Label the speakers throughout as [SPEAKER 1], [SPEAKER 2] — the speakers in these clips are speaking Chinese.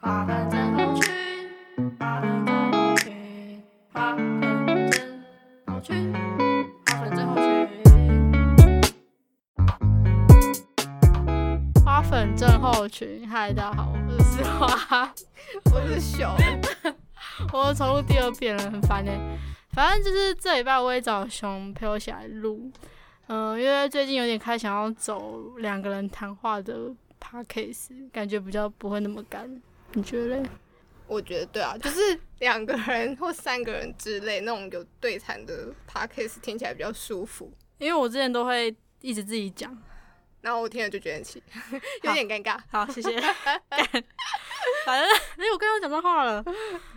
[SPEAKER 1] 花瓣症候群，花瓣症候群，花瓣症候群，花粉症候群，花粉症候群。嗨，大家好，我是花，我是熊，我重录第二遍了，很烦呢、欸反正就是这礼拜我也找熊陪我一起来录，嗯、因为最近有点开想要走两个人谈话的 p a c a s e 感觉比较不会那么干，你觉得嘞？
[SPEAKER 2] 我觉得对 啊，就是两个人或三个人之类那种有对谈的 podcast 听起来比较舒服。
[SPEAKER 1] 因为我之前都会一直自己讲。
[SPEAKER 2] 然后我听了就觉得很 奇，有点尴尬。
[SPEAKER 1] 好，谢 谢。反正，哎、我刚刚讲到话了。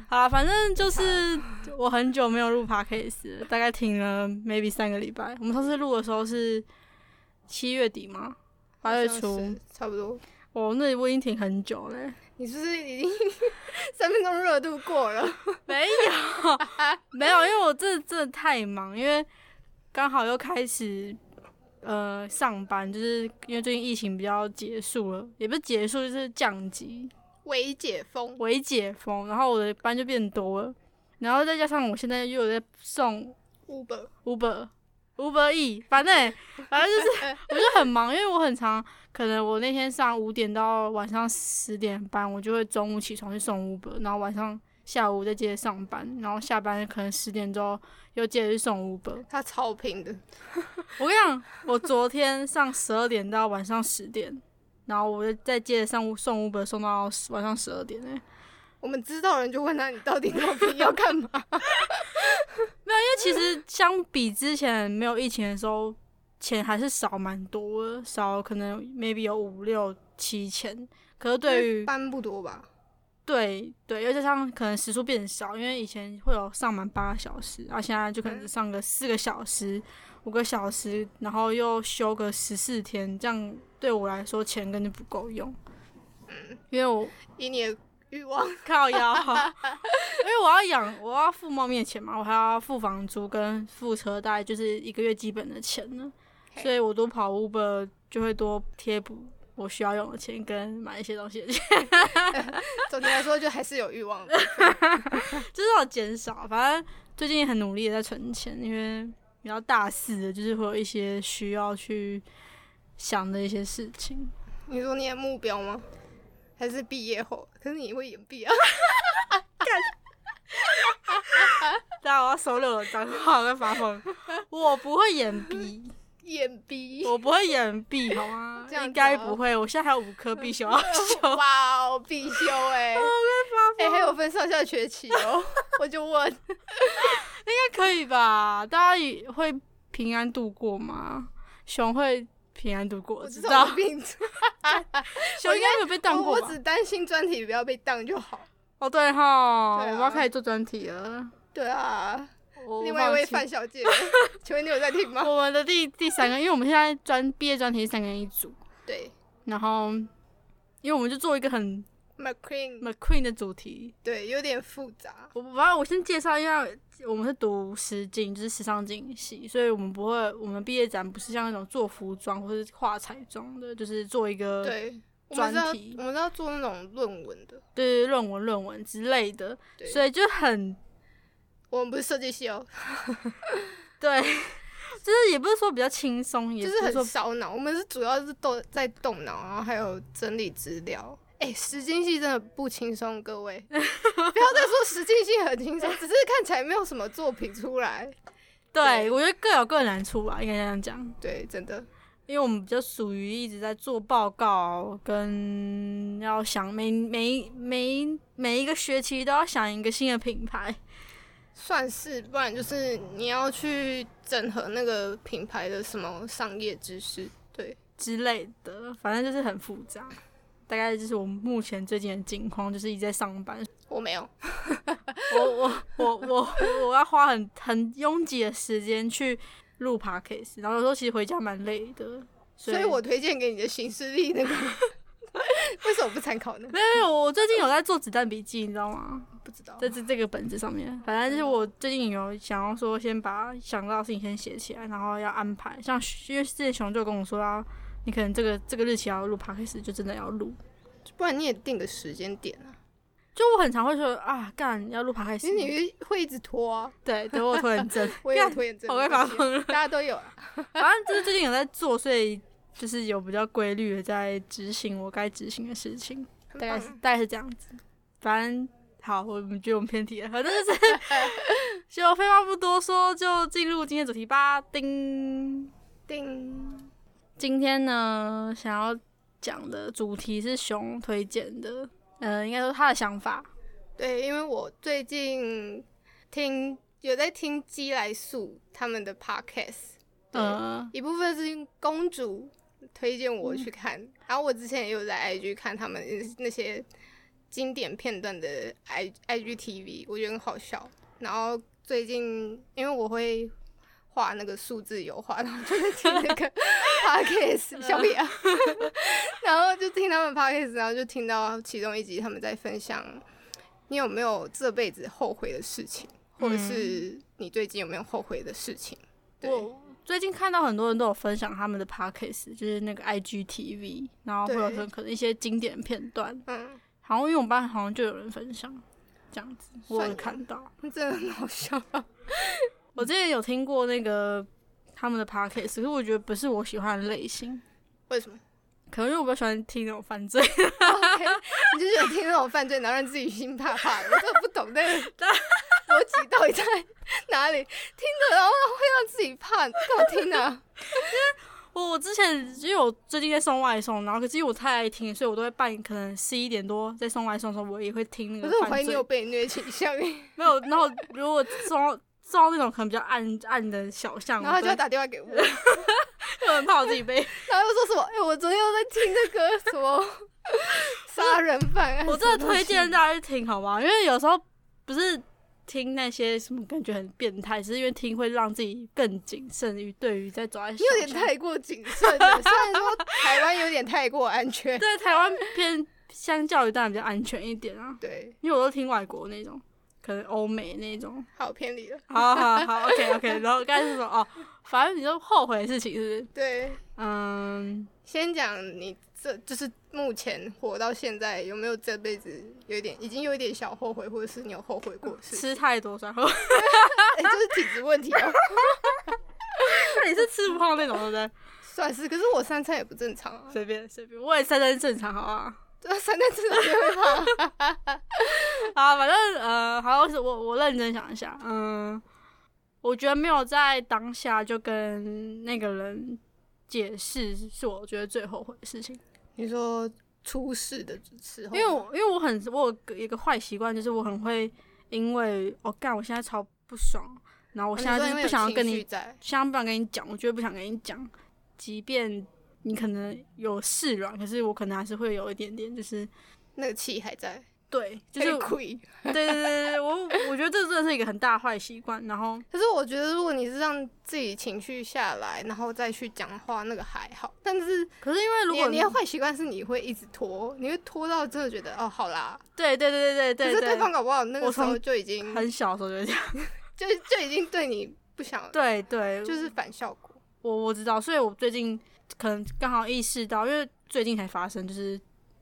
[SPEAKER 1] 好啦，反正就是我很久没有录 podcast，了大概停了 maybe 三个礼拜。我们上次录的时候是七月底吗？八月
[SPEAKER 2] 好像
[SPEAKER 1] 初
[SPEAKER 2] 是。差不多。
[SPEAKER 1] 哦，那我已经停很久嘞、
[SPEAKER 2] 你是不是已经 三分钟热度过了？
[SPEAKER 1] 没有，没有，因为我这真的太忙，因为刚好又开始呃上班，就是因为最近疫情比较结束了，也不是结束，就是降级
[SPEAKER 2] 微解封，
[SPEAKER 1] 微解封，然后我的班就变多了，然后再加上我现在又有在送
[SPEAKER 2] Uber
[SPEAKER 1] Uber。Uber E，反正反正就是我就很忙，因为我很常可能我那天上五点到晚上十点班，我就会中午起床去送 Uber，然后晚上下午再接着上班，然后下班可能十点之后又接着去送 Uber。
[SPEAKER 2] 它超平的，
[SPEAKER 1] 我跟你讲，我昨天上十二点到晚上十点，然后我就再接着上送 Uber 送到晚上十二点欸
[SPEAKER 2] 我们知道人就问他你到底那么平要干嘛？
[SPEAKER 1] 其实相比之前没有疫情的时候，钱还是少蛮多的，少可能 maybe 有五六七千。可是 对 于
[SPEAKER 2] 班不多吧？
[SPEAKER 1] 对对，又加上可能时数变少，因为以前会有上满八个小时，啊，现在就可能只上个四个小时、五个小时，然后又休个十四天，这样对我来说钱根本不够用。因为我
[SPEAKER 2] 以你的欲望，
[SPEAKER 1] 靠腰，因为我要养，我要付猫咪的钱嘛，我还要付房租跟付车贷，就是一个月基本的钱呢。
[SPEAKER 2] 嘿
[SPEAKER 1] 所以我多跑 Uber 就会多贴补我需要用的钱跟买一些东西的钱，
[SPEAKER 2] 总体来说就还是有欲望的。
[SPEAKER 1] 就是要减少。反正最近也很努力的在存钱，因为比较大四的，就是会有一些需要去想的一些事 情。
[SPEAKER 2] 你说你的目标吗？还是毕业后？可是你会演毕啊？
[SPEAKER 1] 当然我要收了我的脏话跟发疯， 我不会演鼻。
[SPEAKER 2] 演毕？
[SPEAKER 1] 我不会演必好吗？
[SPEAKER 2] 这样子哦
[SPEAKER 1] 应该不会，我现在还有五科必 修要修。
[SPEAKER 2] 哇哦，必修哎、欸！哎、还有分上下学期哦。 我就问，
[SPEAKER 1] 应该可以吧？大家也会平安度过吗？熊会平安度过，
[SPEAKER 2] 我
[SPEAKER 1] 知
[SPEAKER 2] 知
[SPEAKER 1] 道
[SPEAKER 2] 道。病
[SPEAKER 1] 熊应该没有被当
[SPEAKER 2] 我
[SPEAKER 1] 过
[SPEAKER 2] 我
[SPEAKER 1] 吧？
[SPEAKER 2] 只担心专题不要被当就好。
[SPEAKER 1] 哦，对哈，我
[SPEAKER 2] 对啊
[SPEAKER 1] 们要开始做专题了。
[SPEAKER 2] 对啊，
[SPEAKER 1] 我
[SPEAKER 2] 另外一位
[SPEAKER 1] 放
[SPEAKER 2] 范
[SPEAKER 1] 弃
[SPEAKER 2] 小姐，请问你有在听吗？
[SPEAKER 1] 我们的第第三个，因为我们现在专毕业专题是三个人一组，
[SPEAKER 2] 对
[SPEAKER 1] 然后因为我们就做一个很
[SPEAKER 2] ，McQueen，
[SPEAKER 1] McQueen 的主题，
[SPEAKER 2] 对，有点复杂。
[SPEAKER 1] 我反正我先介绍一下，我们是读时经，就是时尚经系，所以我们不会，我们毕业展不是像那种做服装或是画彩妆的，就是做一个
[SPEAKER 2] 对，我们是要
[SPEAKER 1] 呃专题
[SPEAKER 2] 我们是要做那种论文的，
[SPEAKER 1] 对论文、论文之类的，
[SPEAKER 2] 对，
[SPEAKER 1] 所以就很
[SPEAKER 2] 我们不是设计系哦，
[SPEAKER 1] 对， 就是也不是说比较轻松，也
[SPEAKER 2] 就
[SPEAKER 1] 不
[SPEAKER 2] 是
[SPEAKER 1] 说
[SPEAKER 2] 很烧脑。我们是主要是动在动脑，然后还有整理资料。哎、时间系真的不轻松，各 位，不要再说时间系很轻松，只是看起来没有什么作品出来。
[SPEAKER 1] 对
[SPEAKER 2] 对
[SPEAKER 1] 我觉得各有各的难处吧，应该这样讲，
[SPEAKER 2] 对，真的，
[SPEAKER 1] 因为我们比较属于一直在做报告，跟要想每每每每一个学期都要想一个新的品牌。
[SPEAKER 2] 算是，不然就是你要去整合那个品牌的什么商业知识。对，
[SPEAKER 1] 之类的，反正就是很复杂。大概就是我目前最近的境况，就是一直在上班。
[SPEAKER 2] 我没有，
[SPEAKER 1] 我我我我我要花很很拥挤的时间去录 podcast，然后有时候其实回家蛮累的，所
[SPEAKER 2] 所
[SPEAKER 1] 以
[SPEAKER 2] 以我推荐给你的行事历那个， 为什么不参考呢？
[SPEAKER 1] 没有没有，我最近有在做子弹笔记，你知道吗？
[SPEAKER 2] 不知道
[SPEAKER 1] 在，这这个本子上面，反正就是我最近有想要说，先把想到的事情先写起来，然后要安排。像因为之前熊就跟我说要，你可能这个这个日期要录 podcast，就真的要录。
[SPEAKER 2] 不然你也定个时间点啊。
[SPEAKER 1] 就我很常会说啊，干要录 p o
[SPEAKER 2] 其实你会一直拖啊，
[SPEAKER 1] 对，对我拖延 症，
[SPEAKER 2] 我也有
[SPEAKER 1] 干
[SPEAKER 2] 拖延症，
[SPEAKER 1] 我
[SPEAKER 2] 没
[SPEAKER 1] 会
[SPEAKER 2] 关
[SPEAKER 1] 发
[SPEAKER 2] 系
[SPEAKER 1] 疯了。
[SPEAKER 2] 大家都有啊。
[SPEAKER 1] 反正就是最近有在做，所以就是有比较规律的在执行我该执行的事情，大
[SPEAKER 2] 很
[SPEAKER 1] 概是
[SPEAKER 2] 棒
[SPEAKER 1] 大概是这样子。反正好，我们觉得我们偏题了，反正就是 就废话不多说，就进入今天的主题吧。叮，
[SPEAKER 2] 叮，
[SPEAKER 1] 今天呢想要讲的主题是熊推荐的，呃，应该说他的想法。
[SPEAKER 2] 对，因为我最近听有在听鸡来素他们的 podcast，对
[SPEAKER 1] 呃，
[SPEAKER 2] 一部分是公主推荐我去看，然后我之前也有在 IG 看他们那些经典片段的 I IGTV，我觉得很好笑。然后最近因为我会画那个数字油画，然后就在听那个 podcast 小屁啊， 然后就听他们 podcast，然后就听到其中一集他们在分享你有没有这辈子后悔的事情，或者是你最近有没有后悔的事情。对。
[SPEAKER 1] 我最近看到很多人都有分享他们的 podcast，就是那个 IGTV，然后会有
[SPEAKER 2] 对
[SPEAKER 1] 很可能一些经典片段。
[SPEAKER 2] 嗯，
[SPEAKER 1] 好像因为我们班好像就有人分享这样子，我
[SPEAKER 2] 算
[SPEAKER 1] 有
[SPEAKER 2] 有
[SPEAKER 1] 看到。
[SPEAKER 2] 真的很好笑。
[SPEAKER 1] 我之前有听过那个他们的 podcast，可是我觉得不是我喜欢的类型，
[SPEAKER 2] 为 什么？
[SPEAKER 1] 可能因为我比较喜欢听那种犯罪。
[SPEAKER 2] 你就觉得听那种犯罪，然后让自己心怕怕的，我真的不懂那个 逻辑到底在哪里。听着，然后会让自己怕，干嘛 听啊？
[SPEAKER 1] 我我之前因为我最近在送外送，然后可是因为我太爱听，所以我都会半夜可能十一点多在送外送的时候，我也会听
[SPEAKER 2] 可
[SPEAKER 1] 那个
[SPEAKER 2] 是我怀
[SPEAKER 1] 犯
[SPEAKER 2] 疑你
[SPEAKER 1] 罪
[SPEAKER 2] 有。被虐倾 向，
[SPEAKER 1] 没有，然后如果送到送到那种可能比较暗暗的小巷，
[SPEAKER 2] 然后他就
[SPEAKER 1] 我
[SPEAKER 2] 要
[SPEAKER 1] 都
[SPEAKER 2] 打电话给我， 然
[SPEAKER 1] 会我很怕我自己被
[SPEAKER 2] 后又说什么？哎、我昨天又在听那个什 么杀人犯案，
[SPEAKER 1] 我真的推荐大家去听，好吗？因为有时候不是听那些什么感觉很变态，只是因为听会让自己更谨慎于对于在走在你
[SPEAKER 2] 你有点太过谨慎了。虽然说台湾有点太过安全，
[SPEAKER 1] 在台湾偏相较于当然比较安全一点啊，
[SPEAKER 2] 对，
[SPEAKER 1] 因为我都听外国那种，可能欧美那种。
[SPEAKER 2] 好偏离了，
[SPEAKER 1] 好好好，OK OK，然后刚才是 说哦，反正你就后悔的事情是不是？
[SPEAKER 2] 对。
[SPEAKER 1] 嗯，
[SPEAKER 2] 先讲你这就是目前活到现在，有没有这辈子有一点已经有一点小后悔，或者是你有后悔过的 事？
[SPEAKER 1] 吃太多算后悔，
[SPEAKER 2] 哎、就是体质问题哦，
[SPEAKER 1] 那你是吃不胖那种对不对？
[SPEAKER 2] 算是。可是我三餐也不正常啊，
[SPEAKER 1] 随便随便，我也三餐正常好啊。
[SPEAKER 2] 对啊，三餐正常就会胖。
[SPEAKER 1] 啊，反正呃，好，我我认真想一下，嗯，我觉得没有在当下就跟那个人解释，是我觉得最后悔的事情。
[SPEAKER 2] 你说出事的时候，
[SPEAKER 1] 因为我因为我很我有个一个坏习惯，就是我很会因为哦干，我现在超不爽，然后我
[SPEAKER 2] 哦你
[SPEAKER 1] 现在就
[SPEAKER 2] 说因
[SPEAKER 1] 是
[SPEAKER 2] 为
[SPEAKER 1] 不
[SPEAKER 2] 有
[SPEAKER 1] 想要跟
[SPEAKER 2] 情
[SPEAKER 1] 你
[SPEAKER 2] 绪，在，
[SPEAKER 1] 现在不想跟你讲，我绝对不想跟你讲，即便你可能有示软，可是我可能还是会有一点点，就是
[SPEAKER 2] 那个气还在，
[SPEAKER 1] 对，就
[SPEAKER 2] 那
[SPEAKER 1] 是
[SPEAKER 2] 个亏。
[SPEAKER 1] 对对对对，对我我觉得这真的是一个很大的坏习惯，然后。
[SPEAKER 2] 可是我觉得，如果你是让自己情绪下来，然后再去讲话，那个还好。但是
[SPEAKER 1] 可是因为如
[SPEAKER 2] 你
[SPEAKER 1] 果
[SPEAKER 2] 你的坏习惯是你会一直拖，你会拖到真的觉得哦，好啦，
[SPEAKER 1] 对对对对对
[SPEAKER 2] 可
[SPEAKER 1] 对
[SPEAKER 2] 是对方嗯搞不好那
[SPEAKER 1] 我
[SPEAKER 2] 个时候
[SPEAKER 1] 从
[SPEAKER 2] 就已经
[SPEAKER 1] 很小的时候就这样，
[SPEAKER 2] 就就已经对你不想，
[SPEAKER 1] 对对，
[SPEAKER 2] 就是反效果。
[SPEAKER 1] 我我知道，所以我最近可能刚好意识到，因为最近才发生，就是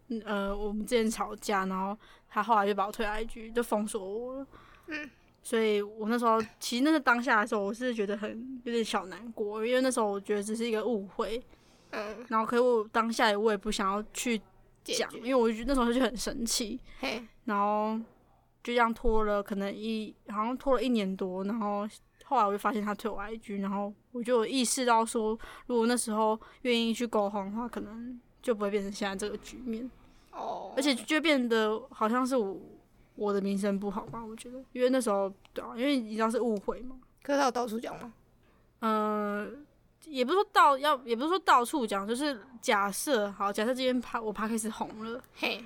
[SPEAKER 1] 嗯呃我们之前吵架，然后他后来就把我推 IG，就封锁我了，
[SPEAKER 2] 嗯，
[SPEAKER 1] 所以我那时候其实那个当下的时候，我是觉得很有点小难过，因为那时候我觉得只是一个误会，
[SPEAKER 2] 嗯，
[SPEAKER 1] 然后可是我当下我也不想要去
[SPEAKER 2] 解
[SPEAKER 1] 讲，因为
[SPEAKER 2] 决。
[SPEAKER 1] 我就那时候就很生气，
[SPEAKER 2] 嘿，
[SPEAKER 1] 然后就这样拖了，可能一好像拖了一年多，然后后来我就发现他退我 IG，然后我就有意识到说，如果那时候愿意去沟通的话，可能就不会变成现在这个局面，
[SPEAKER 2] 哦，
[SPEAKER 1] 而且就变得好像是我我的名声不好吧，我觉得，因为那时候对啊，因为你知道是误会嘛，
[SPEAKER 2] 可是他有到处讲吗？
[SPEAKER 1] 嗯。也不是说到要，也不是说到处讲，就是假设好，假设今天拍我拍开始红了，
[SPEAKER 2] 嘿，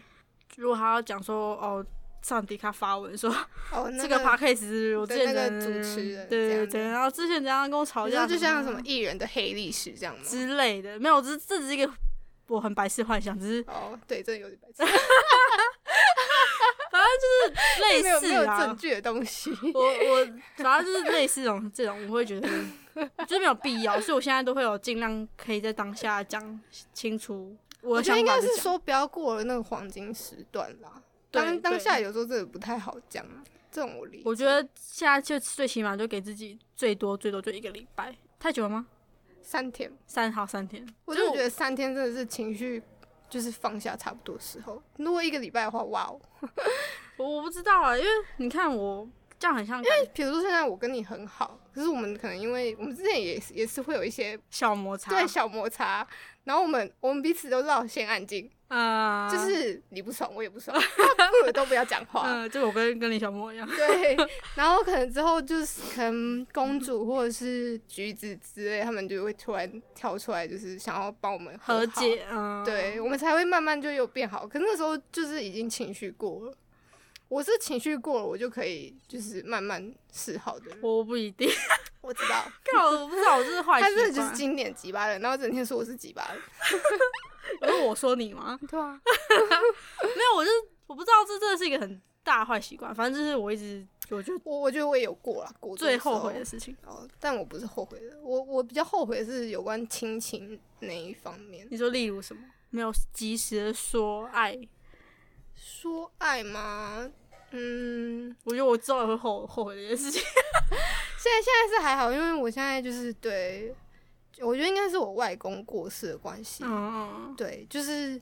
[SPEAKER 1] 如果他要讲说哦，上迪卡发文说
[SPEAKER 2] 哦，那
[SPEAKER 1] 这个 p o d c a s 我之前
[SPEAKER 2] 对
[SPEAKER 1] 的
[SPEAKER 2] 那个主持
[SPEAKER 1] 对
[SPEAKER 2] 人这
[SPEAKER 1] 对
[SPEAKER 2] 样
[SPEAKER 1] 对，
[SPEAKER 2] 子
[SPEAKER 1] 然后之前怎样跟我吵
[SPEAKER 2] 你
[SPEAKER 1] 架，
[SPEAKER 2] 说就像什
[SPEAKER 1] 嗯
[SPEAKER 2] 么艺人的黑历史这样吗？
[SPEAKER 1] 之类的，没有，这这只是一个我很白痴幻想， 只是
[SPEAKER 2] 哦，对，真的有点白痴，
[SPEAKER 1] 类
[SPEAKER 2] 没有没
[SPEAKER 1] 似
[SPEAKER 2] 有
[SPEAKER 1] 啊
[SPEAKER 2] 证，据的东西。
[SPEAKER 1] 我我反正就是类似这种这种，我会 觉得就是没有必要，所以我现在都会有尽量可以在当下 讲清楚我
[SPEAKER 2] 我
[SPEAKER 1] 的
[SPEAKER 2] 觉得
[SPEAKER 1] 想
[SPEAKER 2] 应
[SPEAKER 1] 法
[SPEAKER 2] 该
[SPEAKER 1] 是
[SPEAKER 2] 是
[SPEAKER 1] 讲，
[SPEAKER 2] 说不要过了那个黄金时段啦。
[SPEAKER 1] 对
[SPEAKER 2] 当当
[SPEAKER 1] 对
[SPEAKER 2] 下有时候真的不太好讲啊，这种我理
[SPEAKER 1] 我觉得现在就最起码就给自己最多最多就一个礼拜，太久了吗？
[SPEAKER 2] 三天，
[SPEAKER 1] 三好三天，
[SPEAKER 2] 我
[SPEAKER 1] 就
[SPEAKER 2] 就觉得三天真的是情绪就是放下差不多的时候。如果一个礼拜的话，哇哦！
[SPEAKER 1] 我我不知道啊，因为你看我这样很像
[SPEAKER 2] 比如说现在我跟你很好，可是我们可能因为我们之前也是也是会有一些
[SPEAKER 1] 小摩擦，
[SPEAKER 2] 对小摩擦，然后我们我们彼此都知道先安静，
[SPEAKER 1] 啊，
[SPEAKER 2] 就是你不爽我也不 爽，那不如都不要讲话。
[SPEAKER 1] 嗯，就我跟跟李小莫一样，
[SPEAKER 2] 对，然后可能之后就是可能公主或者是橘子之类，他们就会突然跳出来，就是想要帮我们
[SPEAKER 1] 和
[SPEAKER 2] 和好。
[SPEAKER 1] 解，嗯，
[SPEAKER 2] 对，我们才会慢慢就又变好。可是那时候就是已经情绪过了，我是情绪过了，我就可以就是慢慢示好的人。
[SPEAKER 1] 我不一 定，
[SPEAKER 2] 我知道，
[SPEAKER 1] 看我不知道我这是坏
[SPEAKER 2] 他
[SPEAKER 1] 习
[SPEAKER 2] 真的
[SPEAKER 1] 惯，
[SPEAKER 2] 就是经典鸡巴人，然后整天说我是鸡巴人。
[SPEAKER 1] 因为我说你吗？
[SPEAKER 2] 对啊，
[SPEAKER 1] 没有，我就是我不知道这真的是一个很大的坏习惯，反正就是我一直我觉得
[SPEAKER 2] 我我觉得我也有过啦，过
[SPEAKER 1] 最后悔的事情。
[SPEAKER 2] 哦，但我不是后悔的，我我比较后悔的是有关亲情那一方面。
[SPEAKER 1] 你说例如什么？没有及时的说爱，
[SPEAKER 2] 说爱吗？嗯，
[SPEAKER 1] 我觉得我之后也会后后悔这件事情。
[SPEAKER 2] 现在现在是还好，因为我现在就是对，我觉得应该是我外公过世的关系。
[SPEAKER 1] 嗯，
[SPEAKER 2] 对，就是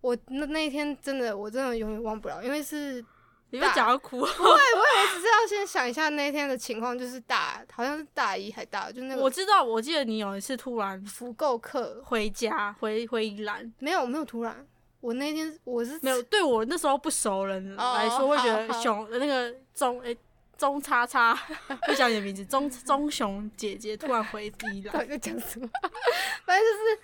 [SPEAKER 2] 我那那一天真的，我真的永远忘不了，因 为是
[SPEAKER 1] 你会讲到 哭，
[SPEAKER 2] 我只是要先想一下那一天的情况，就是大好像是大一还大二，就那
[SPEAKER 1] 我
[SPEAKER 2] 个
[SPEAKER 1] 知道，我记得你有一次突然
[SPEAKER 2] 福购课
[SPEAKER 1] 回家回回宜兰，
[SPEAKER 2] 没有没有突然，我那天我是
[SPEAKER 1] 没有对我那时候不熟人
[SPEAKER 2] 哦
[SPEAKER 1] 来说，会觉得
[SPEAKER 2] 好好
[SPEAKER 1] 熊那个钟诶钟叉叉， 会讲你的名字， 钟钟熊姐姐突然回宜
[SPEAKER 2] 到
[SPEAKER 1] 兰，
[SPEAKER 2] 底在讲什么？ 反正就是，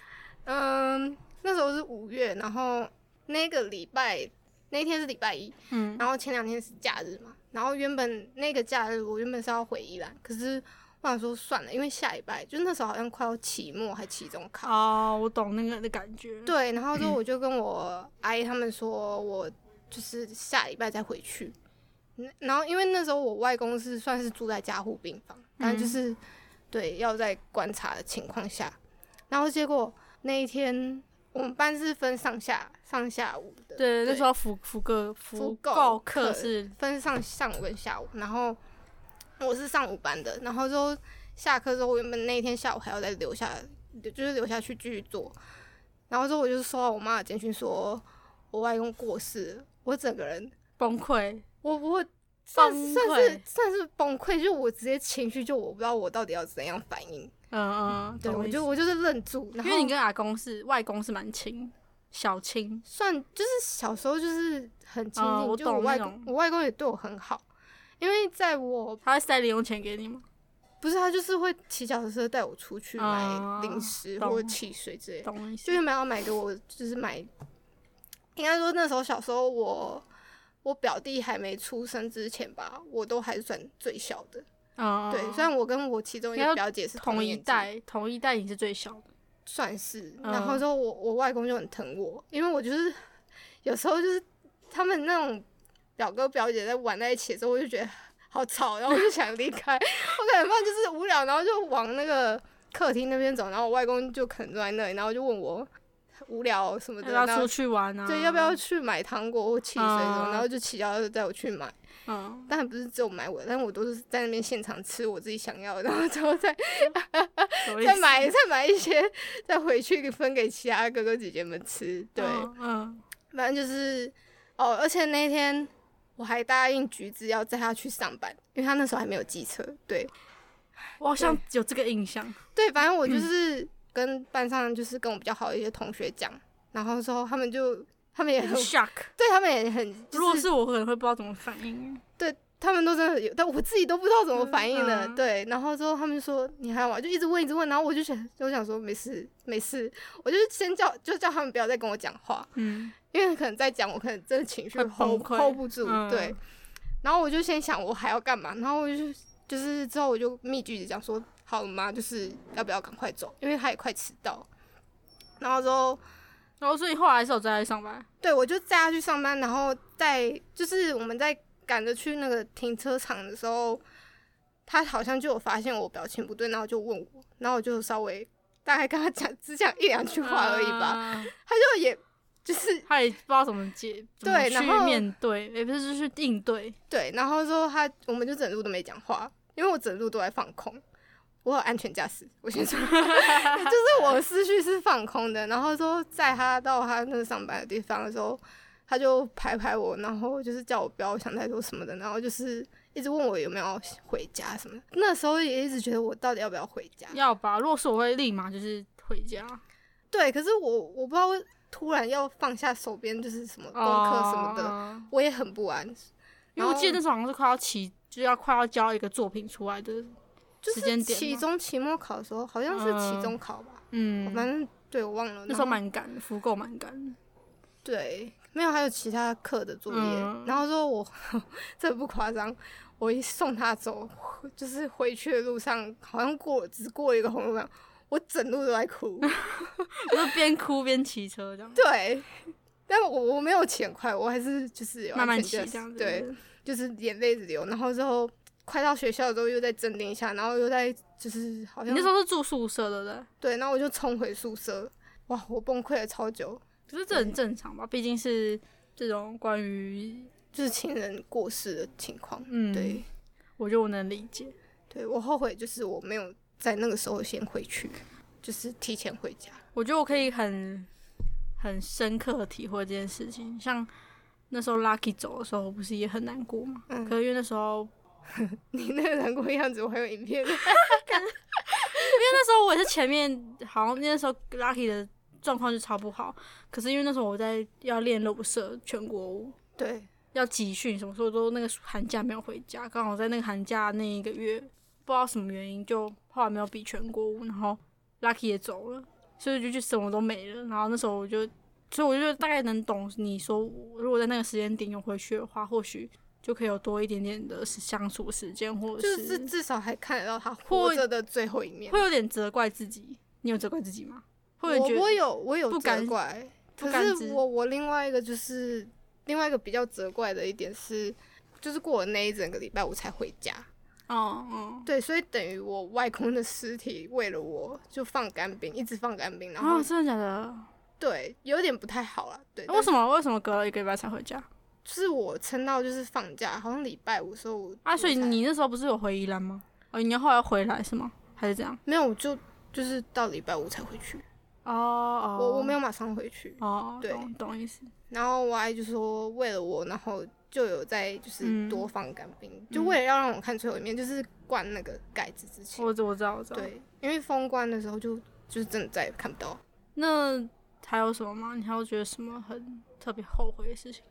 [SPEAKER 2] 嗯，那时候是五月，然后那个礼拜那一天是礼拜一，
[SPEAKER 1] 嗯，
[SPEAKER 2] 然后前两天是假日嘛，然后原本那个假日我原本是要回宜兰，可是我想说算了，因为下礼拜就那时候好像快要期末还期中考，
[SPEAKER 1] 哦，我懂那个的感觉，，
[SPEAKER 2] 对，然后之后我就跟我阿姨他们说，我就是下礼拜再回去。嗯然后因为那时候我外公是算是住在加护病房，但就是、对要在观察的情况下，然后结果那一天我们班是分上下上下午的，
[SPEAKER 1] 对，那时
[SPEAKER 2] 候
[SPEAKER 1] 候福福哥
[SPEAKER 2] 福
[SPEAKER 1] 福
[SPEAKER 2] 购
[SPEAKER 1] 购
[SPEAKER 2] 课
[SPEAKER 1] 课是
[SPEAKER 2] 分上上午跟下午，然后我是上午班的，然后之后下课之后，我原本那一天下午还要再留下，就是留下去继续做，然后之后我就收到我妈的简讯说，我外公过世了，我整个人
[SPEAKER 1] 崩溃，
[SPEAKER 2] 我我算
[SPEAKER 1] 崩
[SPEAKER 2] 算是
[SPEAKER 1] 溃
[SPEAKER 2] 算是崩溃，就我直接情绪就我不知道我到底要怎样反应，
[SPEAKER 1] 嗯嗯，
[SPEAKER 2] 对
[SPEAKER 1] 懂
[SPEAKER 2] 我
[SPEAKER 1] 意
[SPEAKER 2] 就
[SPEAKER 1] 思
[SPEAKER 2] 我就是愣住，然
[SPEAKER 1] 因为
[SPEAKER 2] 后
[SPEAKER 1] 你跟阿公是外公是蛮亲，小亲，
[SPEAKER 2] 算就是小时候就是很亲近，
[SPEAKER 1] 哦我
[SPEAKER 2] 就我
[SPEAKER 1] 懂
[SPEAKER 2] 外
[SPEAKER 1] 那
[SPEAKER 2] 公
[SPEAKER 1] 种
[SPEAKER 2] 我外公也对我很好，因为在我
[SPEAKER 1] 他会塞零用钱给你吗？
[SPEAKER 2] 不是，他就是会骑脚踏车带我出去买
[SPEAKER 1] 啊
[SPEAKER 2] 零食
[SPEAKER 1] 懂
[SPEAKER 2] 或者汽水之类的，
[SPEAKER 1] 懂我意思
[SPEAKER 2] 就？是买要买给我，就是买。应该说那时候小时候我我表弟还没出生之前吧，我都还算最小的。
[SPEAKER 1] 嗯，
[SPEAKER 2] 对，虽然我跟我其中一
[SPEAKER 1] 应该
[SPEAKER 2] 个
[SPEAKER 1] 都
[SPEAKER 2] 表姐是
[SPEAKER 1] 同
[SPEAKER 2] 年
[SPEAKER 1] 一
[SPEAKER 2] 纪，
[SPEAKER 1] 代，同一代你是最小的，
[SPEAKER 2] 算是。
[SPEAKER 1] 嗯
[SPEAKER 2] 然后之后我我外公就很疼我，因为我就是有时候就是他们那种表哥表姐在玩在一起的时候，我就觉得好吵，然后我就想离开。 我可能放就是无聊，然后就往那个客厅那边走，然后我外公就可能坐在那里，然后就问我无聊什么的，
[SPEAKER 1] 要不
[SPEAKER 2] 然
[SPEAKER 1] 要
[SPEAKER 2] 后
[SPEAKER 1] 出去玩啊？
[SPEAKER 2] 对要不要？去买糖果或汽水什
[SPEAKER 1] 嗯
[SPEAKER 2] 么，然后就骑脚踏车带我去买。
[SPEAKER 1] 嗯，
[SPEAKER 2] 但不是只有买我，但我都是在那边现场吃我自己想要的，然后之后再
[SPEAKER 1] 懂意
[SPEAKER 2] 再
[SPEAKER 1] 思
[SPEAKER 2] 买再买一些，再回去分给其他哥哥姐姐们吃。对，
[SPEAKER 1] 嗯嗯，
[SPEAKER 2] 反正就是哦，而且那天我还答应橘子要载他去上班，因为他那时候还没有机车。对
[SPEAKER 1] 我好像有这个印象。
[SPEAKER 2] 对，反正我
[SPEAKER 1] 嗯
[SPEAKER 2] 就是跟班上就是跟我比较好的一些同学讲，然后之后他们就他们也
[SPEAKER 1] 很
[SPEAKER 2] 很
[SPEAKER 1] shock。
[SPEAKER 2] 对他们也很，
[SPEAKER 1] 如
[SPEAKER 2] 就
[SPEAKER 1] 果
[SPEAKER 2] 是
[SPEAKER 1] 是我，可能会不知道怎么反应。
[SPEAKER 2] 他们都真的有，但我自己都不知道怎么反应了。
[SPEAKER 1] 嗯嗯
[SPEAKER 2] 对，然后之后他们就说你还好吗？就一直问一直问，然后我就想就想说没事没事，我就先叫就叫他们不要再跟我讲话，
[SPEAKER 1] 嗯，
[SPEAKER 2] 因为可能再讲我可能真的情绪
[SPEAKER 1] 会
[SPEAKER 2] hold
[SPEAKER 1] 崩溃
[SPEAKER 2] hold 不住，
[SPEAKER 1] 嗯
[SPEAKER 2] 对。然后我就先想我还要干嘛，然后我就就是之后我就密句子讲说好了吗？就是要不要赶快走，因为他也快迟到。然后之后
[SPEAKER 1] 然后所以后来是有在上班。
[SPEAKER 2] 对我就载他去上班，然后在就是我们在赶着去那个停车场的时候，他好像就有发现我表情不对，然后就问我，
[SPEAKER 1] 啊
[SPEAKER 2] 然后我就稍微大概跟他讲只讲一两句话而已吧，
[SPEAKER 1] 吧。
[SPEAKER 2] 他就也就是
[SPEAKER 1] 他也不知道怎么解，怎么
[SPEAKER 2] 对然后
[SPEAKER 1] 去面对，也不是就是去应对。
[SPEAKER 2] 对，然后说他，我们就整路都没讲话，因为我整路都在放空，我有安全驾驶，我先说， 就是我思绪是放空的。然后说，在他到他那上班的地方的时候，他就拍拍我，然后就是叫我不要想太多什么的，然后就是一直问我有没有回家什么的。那时候也一直觉得我到底要不要回家？
[SPEAKER 1] 要吧，如果是我会立马就是回家，
[SPEAKER 2] 对，可是我我不知道为突然要放下手边就是什么功课什么的，
[SPEAKER 1] 哦
[SPEAKER 2] 我也很不安。
[SPEAKER 1] 因为我记得那时候好像是快要期，就是要快要交一个作品出来的
[SPEAKER 2] 就
[SPEAKER 1] 时间
[SPEAKER 2] 是
[SPEAKER 1] 点
[SPEAKER 2] 期
[SPEAKER 1] 吗
[SPEAKER 2] 中、期末考的时候，好像是期
[SPEAKER 1] 嗯
[SPEAKER 2] 中考吧。
[SPEAKER 1] 嗯，
[SPEAKER 2] 哦反正对我忘
[SPEAKER 1] 那时
[SPEAKER 2] 了。
[SPEAKER 1] 候
[SPEAKER 2] 然后
[SPEAKER 1] 蛮赶的，复购蛮赶的。
[SPEAKER 2] 对，没有还有其他课的作业。
[SPEAKER 1] 嗯
[SPEAKER 2] 然后说我 这不夸张，我一送他走， 就是回去的路上，好像过只过了一个红绿灯，我整路都 在哭。
[SPEAKER 1] 就是边哭边骑车这样，
[SPEAKER 2] 对。但我我没有骑很快，我还是就是有
[SPEAKER 1] 慢慢
[SPEAKER 2] 安
[SPEAKER 1] 骑
[SPEAKER 2] 全驾
[SPEAKER 1] 这样
[SPEAKER 2] 驶
[SPEAKER 1] 子。
[SPEAKER 2] 对，，就是眼泪一直流，然后之后快到学校的时候又再镇定一下，然后又在就是好
[SPEAKER 1] 你
[SPEAKER 2] 像
[SPEAKER 1] 那时候是住宿舍对不对？
[SPEAKER 2] 对，然后我就冲回宿舍，哇，我崩溃了超久，
[SPEAKER 1] 可是这很正常吧，毕竟是这种关于
[SPEAKER 2] 就是亲人过世的情况。
[SPEAKER 1] 嗯，
[SPEAKER 2] 对，，
[SPEAKER 1] 我觉得我能理解。
[SPEAKER 2] 对我后悔就是我没有在那个时候先回去，就是提前回家。
[SPEAKER 1] 我觉得我可以很很深刻的体会这件事情。像那时候 Lucky 走的时候，我不是也很难过嘛？
[SPEAKER 2] 嗯
[SPEAKER 1] 可是因为那时候，
[SPEAKER 2] 你那个难过样子，我还有影片。
[SPEAKER 1] 因为那时候我也是前面好像那时候 Lucky 的状况就超不好，可是因为那时候我在要练肉社全国舞，
[SPEAKER 2] 对，
[SPEAKER 1] 要集训什么，所以我都那个寒假没有回家，刚好在那个寒假那一个月，不知道什么原因就后来没有比全国舞，然后 Lucky 也走了，所以就就什么都没了。然后那时候我就，所以我就大概能懂你说，我如果在那个时间点有回去的话，或许就可以有多一点点的相处时间，或者
[SPEAKER 2] 就是是至少还看得到他活着的最后一面。
[SPEAKER 1] 会有点责怪自己。你有责怪自己吗？会有
[SPEAKER 2] 我
[SPEAKER 1] 觉
[SPEAKER 2] 我
[SPEAKER 1] 得
[SPEAKER 2] 有我有
[SPEAKER 1] 不
[SPEAKER 2] 责
[SPEAKER 1] 敢
[SPEAKER 2] 怪，
[SPEAKER 1] 不
[SPEAKER 2] 可
[SPEAKER 1] 敢
[SPEAKER 2] 是
[SPEAKER 1] 知
[SPEAKER 2] 我我另外一个就是另外一个比较责怪的一点是，就是过了那一整个礼拜我才回家。
[SPEAKER 1] 哦哦，
[SPEAKER 2] 对，所以等于我外公的尸体为了我就放干冰，一直放干冰，然后、
[SPEAKER 1] 哦，真的假的？
[SPEAKER 2] 对有点不太好了。对，
[SPEAKER 1] 为什么为什么隔了一个礼拜才回家？
[SPEAKER 2] 就是我撑到就是放假，好像礼拜五的时候我
[SPEAKER 1] 啊，所以
[SPEAKER 2] 我才
[SPEAKER 1] 你那时候不是有回宜兰吗？哦，你后来回来是吗？还是怎样？
[SPEAKER 2] 没有，我就就是到礼拜五才回去，
[SPEAKER 1] 哦哦
[SPEAKER 2] 我我没
[SPEAKER 1] 有。
[SPEAKER 2] 有马上回去。
[SPEAKER 1] 哦，
[SPEAKER 2] 对
[SPEAKER 1] 懂懂意思。
[SPEAKER 2] 然后我阿姨就说为了我，然后就有在就是
[SPEAKER 1] 嗯
[SPEAKER 2] 多放干冰，就为了要让我看最后一面，就是关那个盖子之前。
[SPEAKER 1] 我知我知道我知道。，
[SPEAKER 2] 对，因为封关的时候就就是真的再也看不到。
[SPEAKER 1] 那还有什么吗？你还有觉得什么很特别后悔的事情？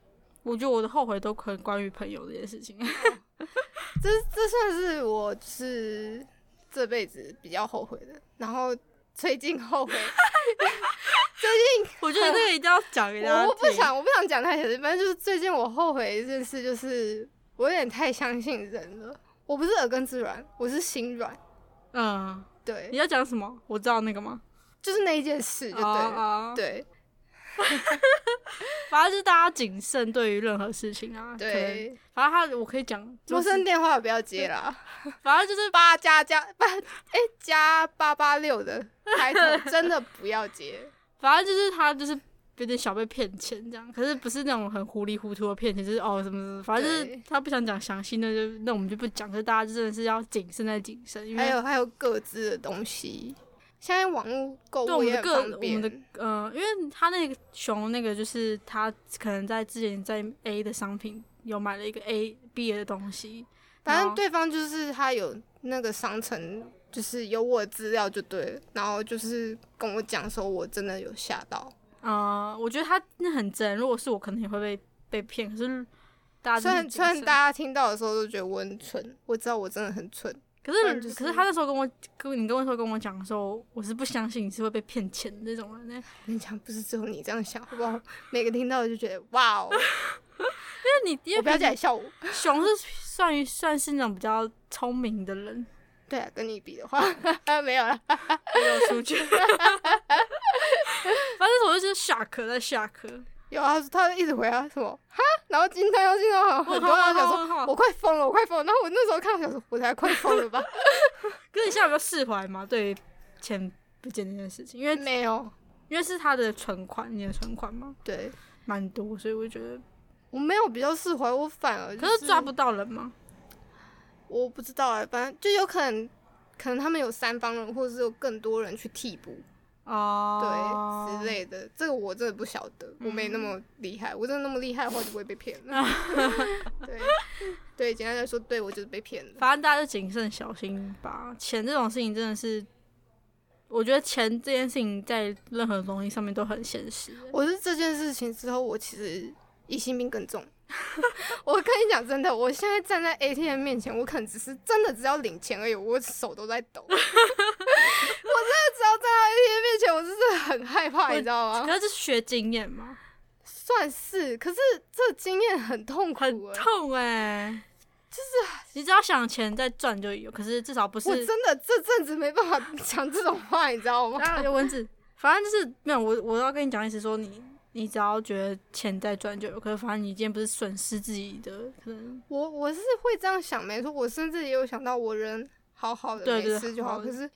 [SPEAKER 1] 我觉得我的后悔都可能关于朋友这件事 情。
[SPEAKER 2] 这这算是我就是这辈子比较后悔的，然后最近后悔，
[SPEAKER 1] 我觉得这个一定要讲给大家
[SPEAKER 2] 我
[SPEAKER 1] 听。
[SPEAKER 2] 我不想我不想讲太详细，反正就是最近我后悔一件事，就是我有点太相信人了。我不是耳根子软，我是心软。
[SPEAKER 1] 嗯，你
[SPEAKER 2] 对，
[SPEAKER 1] 要讲什么？我知道那个吗？
[SPEAKER 2] 就是那一件事就对了。
[SPEAKER 1] 啊，
[SPEAKER 2] 对
[SPEAKER 1] 反正就是大家谨慎对于任何事情啊。可能，
[SPEAKER 2] 对，
[SPEAKER 1] 反正他我可以讲，就
[SPEAKER 2] 陌
[SPEAKER 1] 是
[SPEAKER 2] 生电话不要接啦，
[SPEAKER 1] 反正就是
[SPEAKER 2] 八加加八哎加八八六的开 头真的不要接。
[SPEAKER 1] 反正就是他就是有点小被骗钱这样，可是不是那种很糊里糊涂的骗钱，就是哦什么什么，反正就是
[SPEAKER 2] 对
[SPEAKER 1] 他不想讲详细，那就那我们就不讲，可是大家就真的是要谨慎再谨慎，因
[SPEAKER 2] 还
[SPEAKER 1] 为
[SPEAKER 2] 有还有各自的东西，现在网络购
[SPEAKER 1] 对我
[SPEAKER 2] 物
[SPEAKER 1] 们
[SPEAKER 2] 也
[SPEAKER 1] 的个
[SPEAKER 2] 很方
[SPEAKER 1] 我们的
[SPEAKER 2] 便。
[SPEAKER 1] 呃，因为他那个熊那个就是他可能在之前在 A 的商品有买了一个 A B 的东西，
[SPEAKER 2] 反
[SPEAKER 1] 然
[SPEAKER 2] 正
[SPEAKER 1] 后
[SPEAKER 2] 对方就是他有那个商城，就是有我的资料就对了，然后就是跟我讲说我真的有吓到，
[SPEAKER 1] 呃，我觉得他那很真，如果是我可能也会被被骗，可是大
[SPEAKER 2] 虽
[SPEAKER 1] 家
[SPEAKER 2] 然
[SPEAKER 1] 啊就是谨
[SPEAKER 2] 虽然
[SPEAKER 1] 慎
[SPEAKER 2] 大家听到的时候都觉得我很蠢，我知道我真的很蠢，
[SPEAKER 1] 可
[SPEAKER 2] 反
[SPEAKER 1] 是，
[SPEAKER 2] 正就是
[SPEAKER 1] 可是他那时候跟我跟你跟我说跟我讲的时候，我是不相信你是会被骗钱的那种人呢。
[SPEAKER 2] 我跟你讲，不是只有你这样想，好不 好？每个听到的就觉得哇哦，
[SPEAKER 1] 那你因
[SPEAKER 2] 我
[SPEAKER 1] 为
[SPEAKER 2] 不要
[SPEAKER 1] 毕竟
[SPEAKER 2] 讲笑我。
[SPEAKER 1] 熊是算于算是那种比较聪明的人，
[SPEAKER 2] 对啊，跟你比 的话，啊没有了。
[SPEAKER 1] 没有出去。 反正我就是下课在下课，
[SPEAKER 2] 有啊，他一直回答什么哈，然后惊叹又惊叹，很多人想说
[SPEAKER 1] 说
[SPEAKER 2] 我快疯了，我快疯了。然后我那时候看，我想说我才快 疯了吧？
[SPEAKER 1] 可是你现在有没有释怀嘛？对于钱不见这件事情，因为
[SPEAKER 2] 没有，
[SPEAKER 1] 因因为是他的存款，你的存款嘛，
[SPEAKER 2] 对
[SPEAKER 1] 蛮多，所以我觉得，
[SPEAKER 2] 我没有比较释怀，我反而、就
[SPEAKER 1] 可是抓不到人嘛，
[SPEAKER 2] 我不知道哎、反正就有可能，可能他们有三方人，或者是有更多人去替补，
[SPEAKER 1] 哦，嗯
[SPEAKER 2] 对之类的。这个我真的不晓得，我没那么厉害。我真的那么厉害的话，就不会被骗 了。 对对，简单来说，对我就是被骗了。
[SPEAKER 1] 反正大家就谨慎小心吧。钱这种事情真的是，我觉得钱这件事情在任何东西上面都很现实。
[SPEAKER 2] 我是这件事情之后，我其实疑心病更重。 我跟你讲真的，我现在站在 ATM 面前，我可能只是真的只要领钱而已，我手都在抖。 我真的只要站在 ATM 面前，我真是很害怕，你知道吗？
[SPEAKER 1] 可是这是学经验嘛，
[SPEAKER 2] 算是，可是这经验很痛苦、欸，
[SPEAKER 1] 很痛哎、就是你只要想钱再赚就有，可是至少不
[SPEAKER 2] 我
[SPEAKER 1] 是。
[SPEAKER 2] 真的这阵子没办法讲这种话，你知 道吗？
[SPEAKER 1] 啊然后有蚊子，反正就是没有我，我要跟你讲意思说你。你只要觉得钱在赚就有，可是反正你今天不是损失自己的，可能
[SPEAKER 2] 我我是会这样想，没错，我甚至也有想到我人好好的
[SPEAKER 1] 对
[SPEAKER 2] 没
[SPEAKER 1] 对
[SPEAKER 2] 事就好，
[SPEAKER 1] 好的
[SPEAKER 2] 可是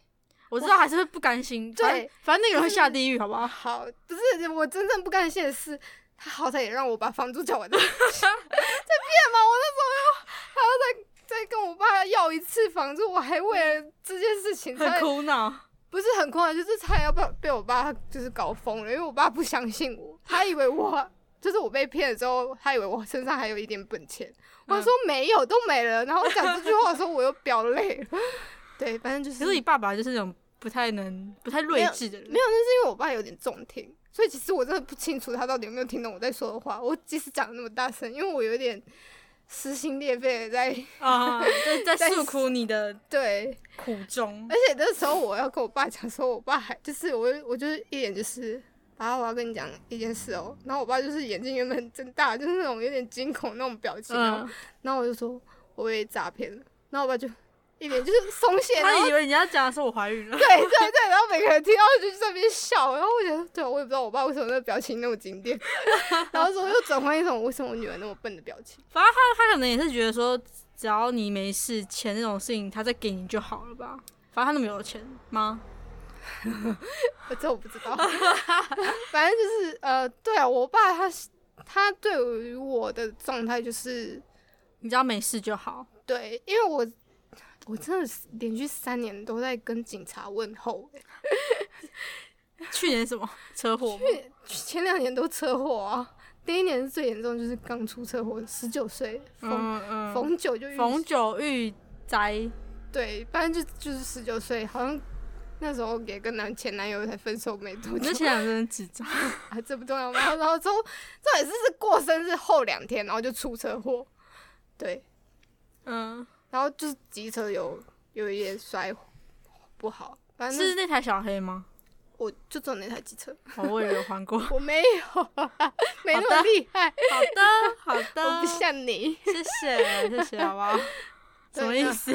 [SPEAKER 1] 我知道还是会不甘心。
[SPEAKER 2] 对
[SPEAKER 1] 反正，反正那个人会下地狱，好不好？
[SPEAKER 2] 好不是我真正不甘心的是，他好歹也让我把房租缴完 再再变嘛，我那时候又还要再再跟我爸要一次房租，我还为了这件事情
[SPEAKER 1] 很
[SPEAKER 2] 差点
[SPEAKER 1] 苦恼。
[SPEAKER 2] 不是很困难，就是差点要被被我爸就是搞疯了，因为我爸不相信我，他以为我就是我被骗了之后，他以为我身上还有一点本钱，我说没有，都没了。然后我讲这句话的时候，我又飙泪了。 对，反正就是，
[SPEAKER 1] 可是你爸爸就是那种不太能、不太睿智的人，
[SPEAKER 2] 没有，那是因为我爸有点重听，所以其实我真的不清楚他到底有没有听懂我在说的话。我即使讲的那么大声，因为我有点撕心裂肺的在
[SPEAKER 1] 啊，在在
[SPEAKER 2] 在
[SPEAKER 1] 诉苦你的
[SPEAKER 2] 对
[SPEAKER 1] 苦衷
[SPEAKER 2] 而。且那时候我要跟我爸讲说，我爸还就是我，我就是一脸就是，爸，我要跟你讲一件事哦。然后我爸就是眼睛原本睁大，就是那种有点惊恐那种表情哦。
[SPEAKER 1] 嗯，
[SPEAKER 2] 然后我就说我被诈骗了，然后我爸就一脸就是松懈，然后
[SPEAKER 1] 他以为你要讲的是我怀孕了，
[SPEAKER 2] 对对对，然后每个人听到就在那边笑，然后我觉得，对啊，我也不知道我爸为什么那个表情那么经 典，然后说又转换一种为什么我女儿那么笨的表情。
[SPEAKER 1] 他可能也是觉得说，只要你没事，钱这种事情他再给你就好了吧。反正他那么有钱吗？
[SPEAKER 2] 呃这我不 知道，反正就是呃，对啊，我爸他是他对于我的状态就是
[SPEAKER 1] 你只要没事就好。
[SPEAKER 2] 对，因为我我真的是连续三年都在跟警察问候、欸
[SPEAKER 1] 去年什么车祸吗？
[SPEAKER 2] 前两年都车祸啊，第一年是最严重，就是刚出车祸，十九岁 逢
[SPEAKER 1] 嗯嗯，
[SPEAKER 2] 逢九就遇
[SPEAKER 1] 逢九遇灾，
[SPEAKER 2] 对，反正就就是十九岁，好像那时候也跟男前男友才分手没多
[SPEAKER 1] 我
[SPEAKER 2] 久
[SPEAKER 1] 这，前两个人智障。
[SPEAKER 2] 啊，这不重要吗？然后之后，这也是是过生日后两天，然后就出车祸，对，
[SPEAKER 1] 嗯，
[SPEAKER 2] 然后就是机车有有一点摔不好，反正
[SPEAKER 1] 是那台小黑吗？
[SPEAKER 2] 我就坐那台机车，
[SPEAKER 1] 哦，我也有还 过。好
[SPEAKER 2] 我没有，啊 没那么厉害，
[SPEAKER 1] 的，好的，
[SPEAKER 2] 我不像你。
[SPEAKER 1] 谢谢，谢谢，好不好？
[SPEAKER 2] 对
[SPEAKER 1] 什么意思？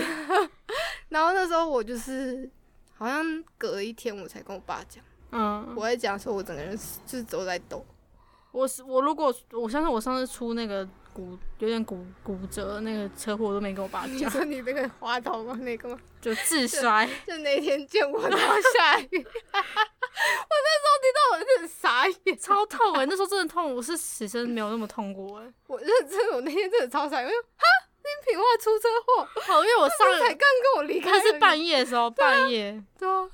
[SPEAKER 2] 然后那时候我就是好像隔一天我才跟我爸讲，
[SPEAKER 1] 嗯，
[SPEAKER 2] 我在讲说我整个人是就是都在抖，
[SPEAKER 1] 我是我如果我相信我上次出那个骨有点骨骨折那个车祸，我都没跟我爸
[SPEAKER 2] 你
[SPEAKER 1] 讲，
[SPEAKER 2] 说你那个滑倒吗？那个吗？
[SPEAKER 1] 就自摔。
[SPEAKER 2] 就那天见我，然后下雨， 我那时候听到我有点傻眼，
[SPEAKER 1] 超痛哎、那时候真的痛，我是此生没有那么痛过哎、
[SPEAKER 2] 我认真，我那天真的超傻眼，我就哈，林品化出车祸，
[SPEAKER 1] 哦，因为我上
[SPEAKER 2] 他才刚跟我离开而
[SPEAKER 1] 那
[SPEAKER 2] 已，
[SPEAKER 1] 是半夜的时候，半夜
[SPEAKER 2] 对啊，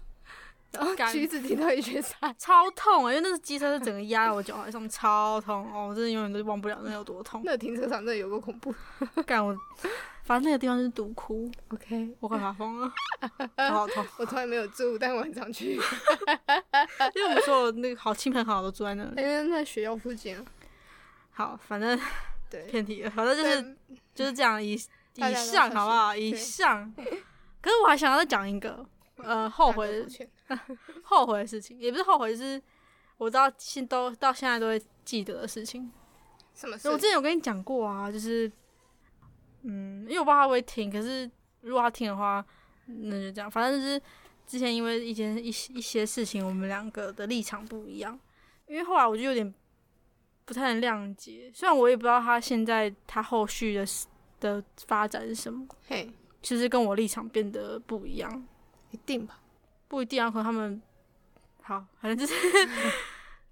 [SPEAKER 2] 然后
[SPEAKER 1] 干
[SPEAKER 2] 橘子听到一圈傻眼，
[SPEAKER 1] 超痛哎、因为那是机车是整个压在我脚踝上面，超痛哦，我真的永远都忘不了那有多 痛。
[SPEAKER 2] 那停车场真的有个恐怖。
[SPEAKER 1] 干我，反正那个地方就是毒窟，
[SPEAKER 2] OK，
[SPEAKER 1] 我快发疯 了，好好痛。
[SPEAKER 2] 我从来没有住，但我很常去，
[SPEAKER 1] 因为我们所有那个好亲朋好友都住在那里。
[SPEAKER 2] 因为在学校附近啊。
[SPEAKER 1] 好，反正
[SPEAKER 2] 对，
[SPEAKER 1] 偏题了，反正就是
[SPEAKER 2] 对
[SPEAKER 1] 就是这样，以
[SPEAKER 2] 大
[SPEAKER 1] 以
[SPEAKER 2] 家都
[SPEAKER 1] 上
[SPEAKER 2] 要
[SPEAKER 1] 好不好？以
[SPEAKER 2] 对
[SPEAKER 1] 上。可是我还想要再讲一个，呃，后悔
[SPEAKER 2] 打个
[SPEAKER 1] 的
[SPEAKER 2] 火圈
[SPEAKER 1] 后悔的事情，也不是后悔，就是我到现都到现在都会记得的事情。
[SPEAKER 2] 什么事
[SPEAKER 1] 我？之前有跟你讲过啊，就是，嗯，因为我不知道他会不会听，可是如果他听的话，那就这样。反正就是之前因为一件一些一些事情，我们两个的立场不一样，因为后来我就有点不太能谅解。虽然我也不知道他现在他后续的的发展是什么，
[SPEAKER 2] 嘿，
[SPEAKER 1] 其实跟我立场变得不一样，
[SPEAKER 2] 一定吧。
[SPEAKER 1] 不一定啊，可能他们好， 反正就是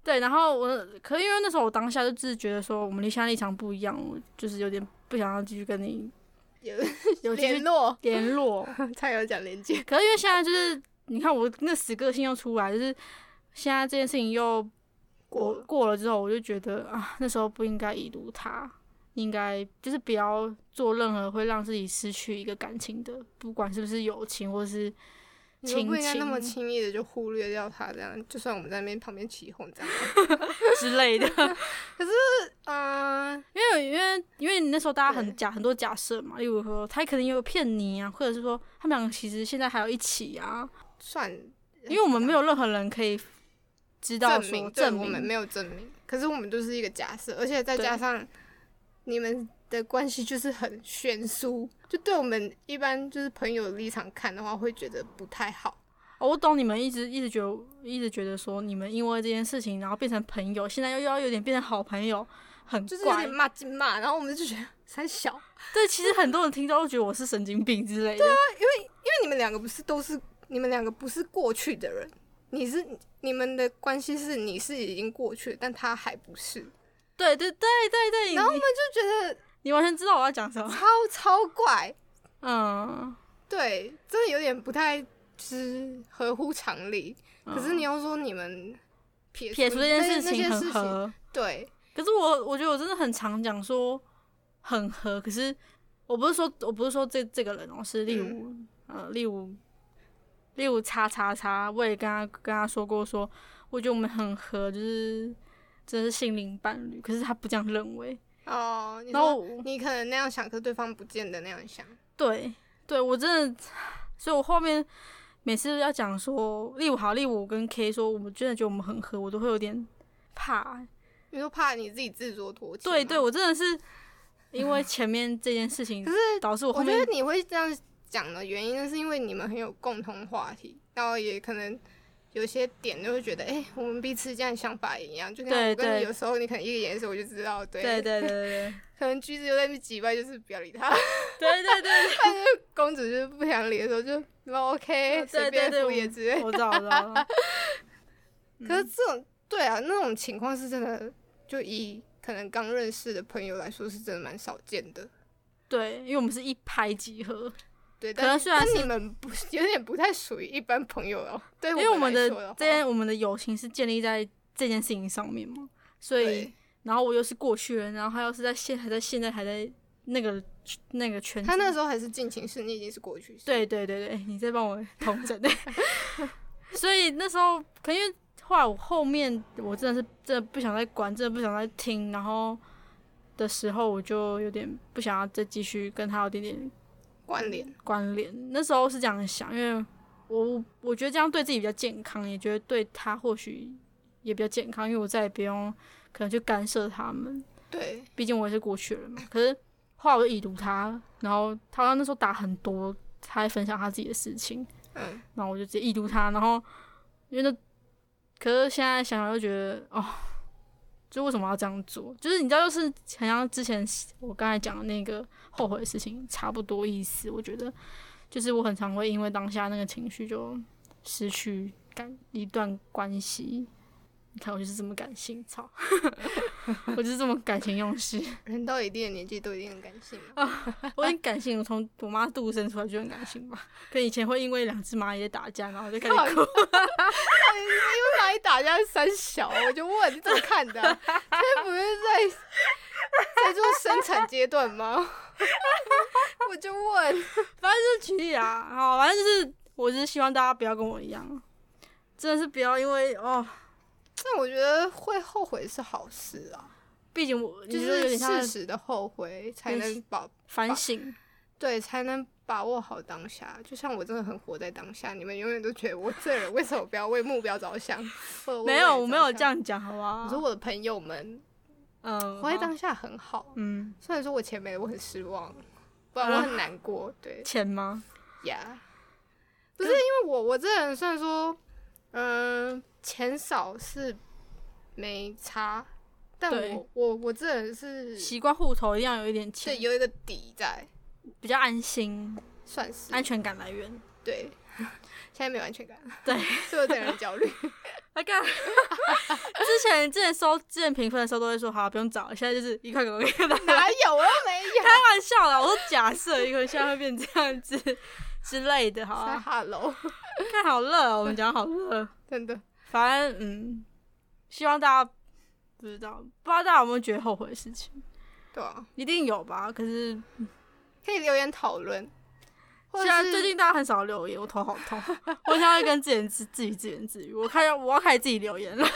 [SPEAKER 1] 对。然后我，可是因为那时候我当下就自觉得说我们立场立场不一样，我就是有点不想要继续跟你
[SPEAKER 2] 有
[SPEAKER 1] 有继
[SPEAKER 2] 联
[SPEAKER 1] 续
[SPEAKER 2] 络，
[SPEAKER 1] 联络。
[SPEAKER 2] 差点讲连接，
[SPEAKER 1] 可是因为现在就是你看我那死个性又出来，就是现在这件事情又
[SPEAKER 2] 过
[SPEAKER 1] 过
[SPEAKER 2] 了
[SPEAKER 1] 过了之后，我就觉得啊，那时候不应该遗毒他，应该就是不要做任何会让自己失去一个感情的，不管是不是友情或是
[SPEAKER 2] 你们不
[SPEAKER 1] 亲
[SPEAKER 2] 应该那么
[SPEAKER 1] 亲
[SPEAKER 2] 轻易的就忽略掉他，这样就算我们在那边旁边起哄这样，
[SPEAKER 1] 之类的。
[SPEAKER 2] 嗯，
[SPEAKER 1] 因为因为因为你那时候大家
[SPEAKER 2] 对
[SPEAKER 1] 很假很多假设嘛，例如说他可能也有骗你啊，或者是说他们两个其实现在还要一起啊，
[SPEAKER 2] 算，
[SPEAKER 1] 因为我们没有任何人可以知道
[SPEAKER 2] 证
[SPEAKER 1] 说
[SPEAKER 2] 明，对
[SPEAKER 1] 证
[SPEAKER 2] 我们
[SPEAKER 1] 明
[SPEAKER 2] 没有证明，可是我们就是一个假设，而且再
[SPEAKER 1] 对
[SPEAKER 2] 加上你们的关系就是很悬殊，就对我们一般就是朋友的立场看的话，会觉得不太好。
[SPEAKER 1] 哦我懂你们一直一直觉得一直觉得说你们因为这件事情然后变成朋友，现在又要有点变成好朋友，很
[SPEAKER 2] 就是有
[SPEAKER 1] 怪
[SPEAKER 2] 点。骂进骂，然后我们就觉得 三小，因
[SPEAKER 1] 对，其实很多人听到都觉得我是神经病之
[SPEAKER 2] 啊
[SPEAKER 1] 类的。
[SPEAKER 2] 为你们两个不是都是你们两个不是过去的人，你是你们的关系是你是已经过去了，但他还不是，就
[SPEAKER 1] 对对对对对，
[SPEAKER 2] 然后
[SPEAKER 1] 你
[SPEAKER 2] 觉得
[SPEAKER 1] 你完全知道我要讲什么。
[SPEAKER 2] 超超怪，
[SPEAKER 1] 嗯，
[SPEAKER 2] 对，真的有点不太就是合乎常理。
[SPEAKER 1] 嗯
[SPEAKER 2] 可是你要说你们撇
[SPEAKER 1] 撇除这件
[SPEAKER 2] 那
[SPEAKER 1] 事情
[SPEAKER 2] 那
[SPEAKER 1] 很
[SPEAKER 2] 些事情，
[SPEAKER 1] 合。
[SPEAKER 2] 对，
[SPEAKER 1] 可是我我觉得我真的很常讲说很合，可是我不是说我不是说这这个人哦、是例如、
[SPEAKER 2] 嗯
[SPEAKER 1] 呃例如例如叉叉叉，我也跟他跟他说过说，我觉得我们很合，就是真的是心灵伴侣，可是他不这样认为，
[SPEAKER 2] 哦，你
[SPEAKER 1] 然后
[SPEAKER 2] 说
[SPEAKER 1] 我
[SPEAKER 2] 你可能那样想，可对方不见得那样想，
[SPEAKER 1] 对对我真的，所以我后面。每次要讲说，例如好，例如我跟 K 说，我们真的觉得我们很合，我都会有点怕，
[SPEAKER 2] 你说怕你自己自作多情吗。
[SPEAKER 1] 对对，我真的是因为前面这件事情，
[SPEAKER 2] 可
[SPEAKER 1] 导致我后
[SPEAKER 2] 我
[SPEAKER 1] 面
[SPEAKER 2] 觉得你会这样讲的原因，是因为你们很有共同话题，然后也可能有些点就会觉得，哎、我们彼此这样想法一样。就像
[SPEAKER 1] 对
[SPEAKER 2] 我跟
[SPEAKER 1] 对
[SPEAKER 2] 你有时候你可能一个眼神我就知道，对，
[SPEAKER 1] 对对对对
[SPEAKER 2] 可能橘子又在那边挤掰，就是不要理他。
[SPEAKER 1] 对对对对，
[SPEAKER 2] 公主就是不想理的时候就，那 OK，
[SPEAKER 1] 啊对
[SPEAKER 2] 随便
[SPEAKER 1] 对对
[SPEAKER 2] 敷衍之 类的。
[SPEAKER 1] 我知嗯道我知道。
[SPEAKER 2] 可是这种对啊，那种情况是真的，就以可能刚认识的朋友来说，是真的蛮少见的。
[SPEAKER 1] 对，因为我们是一拍即合，
[SPEAKER 2] 对，
[SPEAKER 1] 可
[SPEAKER 2] 但
[SPEAKER 1] 能虽然
[SPEAKER 2] 但
[SPEAKER 1] 是
[SPEAKER 2] 你们不有点不太属于一般朋友哦。对，
[SPEAKER 1] 因为我们
[SPEAKER 2] 来
[SPEAKER 1] 的
[SPEAKER 2] 说的哦
[SPEAKER 1] 这
[SPEAKER 2] 话
[SPEAKER 1] 件我们的友情是建立在这件事情上面嘛，所以
[SPEAKER 2] 对
[SPEAKER 1] 然后我又是过去人，然后他又是在现还在现在还在那个那个圈子，
[SPEAKER 2] 他那时候还是近亲式，你已经是过去式。
[SPEAKER 1] 对对对对，你在帮我统整 所以那时候，可因为后来我后面我真的是真的不想再管，真的不想再听，然后的时候我就有点不想要再继续跟他有点点
[SPEAKER 2] 关联，
[SPEAKER 1] 关联。那时候是这样想，因为我我觉得这样对自己比较健康，也觉得对他或许也比较健康，因为我再也不用可能去干涉他们。
[SPEAKER 2] 对，
[SPEAKER 1] 毕竟我也是过去人嘛。可是后来我就已读他，然后他好像那时候打很多，他还分享他自己的事情，
[SPEAKER 2] 嗯，
[SPEAKER 1] 然后我就直接已读他，然后因为那，可是现在想想就觉得哦，就为什么要这样做？就是你知道，就是很像之前我刚才讲的那个后悔的事情差不多意思。我觉得就是我很常会因为当下那个情绪就失去感一段关系。你看我就是这么感性，操！ 我就是这么感情用事。
[SPEAKER 2] 人到一定的年纪都一定很感性嘛。
[SPEAKER 1] 我很感性，我从我妈肚子生出来就很感性吧。跟以前会因为两只蚂蚁在打架，然后就开始哭。
[SPEAKER 2] 哎因为蚂蚁打架是三小，我就问你怎么看 的、啊？这不是在在做生产阶段吗？ 我就问，
[SPEAKER 1] 举例啊，好，反正就是，我就是希望大家不要跟我一样，啊真的是不要因为哦，
[SPEAKER 2] 那我觉得会后悔是好事啊。
[SPEAKER 1] 毕竟我
[SPEAKER 2] 就
[SPEAKER 1] 你有
[SPEAKER 2] 是
[SPEAKER 1] 点像
[SPEAKER 2] 适
[SPEAKER 1] 在
[SPEAKER 2] 时的后悔，才
[SPEAKER 1] 有点
[SPEAKER 2] 能把
[SPEAKER 1] 反省，
[SPEAKER 2] 对，才能把握好当下。就像我真的很活在当下，你们永远都觉得我这人为什么不要为目标 着想？或者为
[SPEAKER 1] 没有，
[SPEAKER 2] 未来
[SPEAKER 1] 我没有
[SPEAKER 2] 着
[SPEAKER 1] 这
[SPEAKER 2] 想。
[SPEAKER 1] 样讲，好不好？
[SPEAKER 2] 你说我的朋友们
[SPEAKER 1] 嗯，
[SPEAKER 2] 活在
[SPEAKER 1] 好
[SPEAKER 2] 当下很好，
[SPEAKER 1] 嗯
[SPEAKER 2] 虽然说我钱没了，我很失望，不然我很难过。对
[SPEAKER 1] 钱吗？
[SPEAKER 2] 呀不是因为我我这人虽然说，嗯、钱少是没差，但
[SPEAKER 1] 对
[SPEAKER 2] 我我我这人是
[SPEAKER 1] 习惯户头一定要有一点
[SPEAKER 2] 对
[SPEAKER 1] 钱，
[SPEAKER 2] 有一个底在，
[SPEAKER 1] 比较安心，
[SPEAKER 2] 算是
[SPEAKER 1] 哎安全感来源。
[SPEAKER 2] 对，现在没有安全感，
[SPEAKER 1] 对，
[SPEAKER 2] 所以我整个人焦虑。
[SPEAKER 1] 啊干！之前之前收之前评分的时候都会说好不用找，现在就是一块给我给他。
[SPEAKER 2] 哪有？我又没
[SPEAKER 1] 开
[SPEAKER 2] 有。
[SPEAKER 1] 玩笑啦，我说假设一个现在会变这样子之类的，好
[SPEAKER 2] 在
[SPEAKER 1] 啊，
[SPEAKER 2] 哈喽，啊
[SPEAKER 1] 看好热哦，我们讲好热，
[SPEAKER 2] 真的
[SPEAKER 1] 反正嗯，希望大家不知道，不知道大家有没有觉得后悔的事情，
[SPEAKER 2] 对啊，
[SPEAKER 1] 一定有吧？可是
[SPEAKER 2] 可以留言讨论。或
[SPEAKER 1] 现
[SPEAKER 2] 者
[SPEAKER 1] 在
[SPEAKER 2] 是
[SPEAKER 1] 啊最近大家很少留言，我头好痛， 我现在会跟自言自自己自言自语，我开我要开始自己留言了，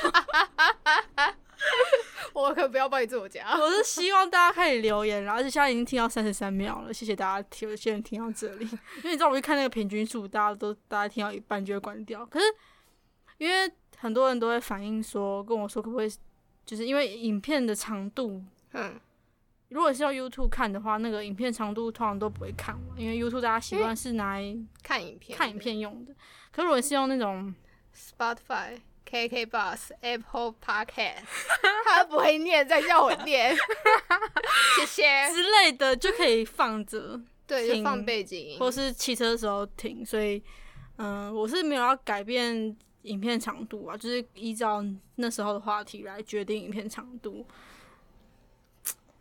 [SPEAKER 2] 我可不要帮你做家，
[SPEAKER 1] 我是希望大家开始留言，然后而且现在已经听到三十三秒了，谢谢大家听，有些人听到这里， 因为你知道我去看那个平均数，大家都大家听到一半就会关掉，可是因为很多人都会反映说跟我说可不可以，就是因为影片的长度。
[SPEAKER 2] 嗯，
[SPEAKER 1] 如果是用 YouTube 看的话，那个影片长度通常都不会看完，因为 YouTube 大家习惯是拿来
[SPEAKER 2] 看影片，
[SPEAKER 1] 看影片用的。可如果是用那种
[SPEAKER 2] ，Spotify、KK Bus、Apple Podcast，他 不会念，再叫我 念，谢谢。
[SPEAKER 1] 之类的就可以放着，
[SPEAKER 2] 对，就
[SPEAKER 1] 请
[SPEAKER 2] 放背景音，
[SPEAKER 1] 或是骑车的时候听。所以，嗯、我是没有要改变影片长度啊，就是依照那时候的话题来决定影片长度。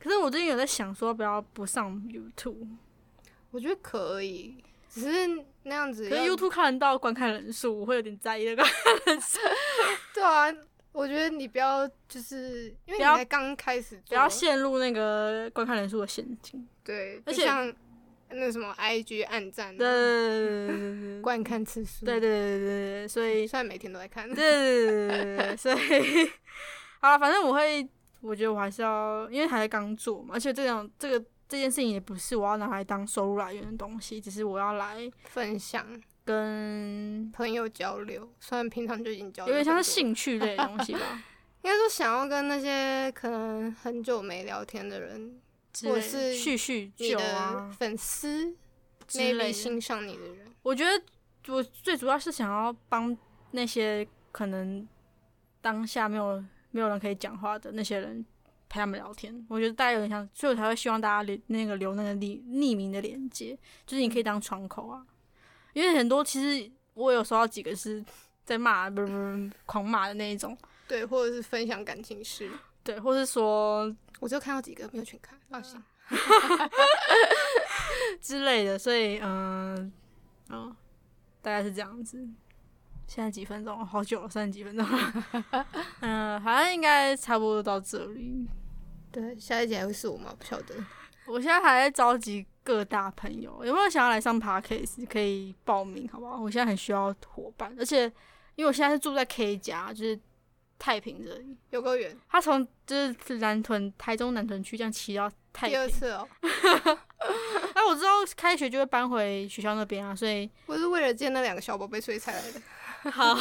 [SPEAKER 1] 可是我最近有在想说，不要不上 YouTube，
[SPEAKER 2] 我觉得可以，只是那样子
[SPEAKER 1] 可
[SPEAKER 2] 要。
[SPEAKER 1] 是 YouTube 看得到观看人数，我会有点在意那个。
[SPEAKER 2] 对啊，我觉得你不要就是因为
[SPEAKER 1] 不
[SPEAKER 2] 你
[SPEAKER 1] 要
[SPEAKER 2] 才刚开始做，
[SPEAKER 1] 不要陷入那个观看人数的陷阱。
[SPEAKER 2] 对，
[SPEAKER 1] 而
[SPEAKER 2] 就
[SPEAKER 1] 且
[SPEAKER 2] 像那什么 IG 暗赞、
[SPEAKER 1] 对
[SPEAKER 2] 啊、
[SPEAKER 1] 对对
[SPEAKER 2] 观看次数，
[SPEAKER 1] 对对对对对对，所以
[SPEAKER 2] 虽然每天都在看，
[SPEAKER 1] 对对对对对，所以好了，反正我会，我觉得我还是要，因为还刚做嘛，而且这种这个这件事情也不是我要拿来当收入来源的东西，只是我要来
[SPEAKER 2] 分享
[SPEAKER 1] 跟
[SPEAKER 2] 朋友交流，虽然平常就已经交
[SPEAKER 1] 有点
[SPEAKER 2] 流很多了，
[SPEAKER 1] 像是兴趣类的东西吧，
[SPEAKER 2] 应该说想要跟那些可能很久没聊天的人，
[SPEAKER 1] 之类的
[SPEAKER 2] 或是
[SPEAKER 1] 叙叙
[SPEAKER 2] 你
[SPEAKER 1] 旧
[SPEAKER 2] 的
[SPEAKER 1] 啊
[SPEAKER 2] 粉丝
[SPEAKER 1] 之类
[SPEAKER 2] ，maybe
[SPEAKER 1] 的。
[SPEAKER 2] 欣赏你的人，
[SPEAKER 1] 我觉得我最主要是想要帮那些可能当下没有没有人可以讲话的那些人陪他们聊天。我觉得大家有点像，所以我才会希望大家留那个留那个匿匿名的连接，就是你可以当窗口啊。因为很多其实我有收到几个是在骂，不是不是不是狂骂的那一种，
[SPEAKER 2] 对，或者是分享感情事，
[SPEAKER 1] 对，或是说
[SPEAKER 2] 我就看到几个没有全看，放心。
[SPEAKER 1] 之类的，所以嗯嗯、大概是这样子。现在几分钟？哦好久了，三十几分钟了。 嗯、反正应该差不多到这里。
[SPEAKER 2] 对，下一集还会是我吗？不晓得。
[SPEAKER 1] 我现在还在召集各大朋友，有没有想要来上 podcast 可以报名，好不好？我现在很需要伙伴，而且因为我现在是住在 K 家，就是太平这里。
[SPEAKER 2] 有个远，
[SPEAKER 1] 他从就是南屯、台中南屯区这样骑到太
[SPEAKER 2] 第
[SPEAKER 1] 平
[SPEAKER 2] 二，次哦，
[SPEAKER 1] 哎、我知道开学就会搬回学校那边啊，所以
[SPEAKER 2] 我是为了见那两个小宝贝所以才来的。
[SPEAKER 1] 好，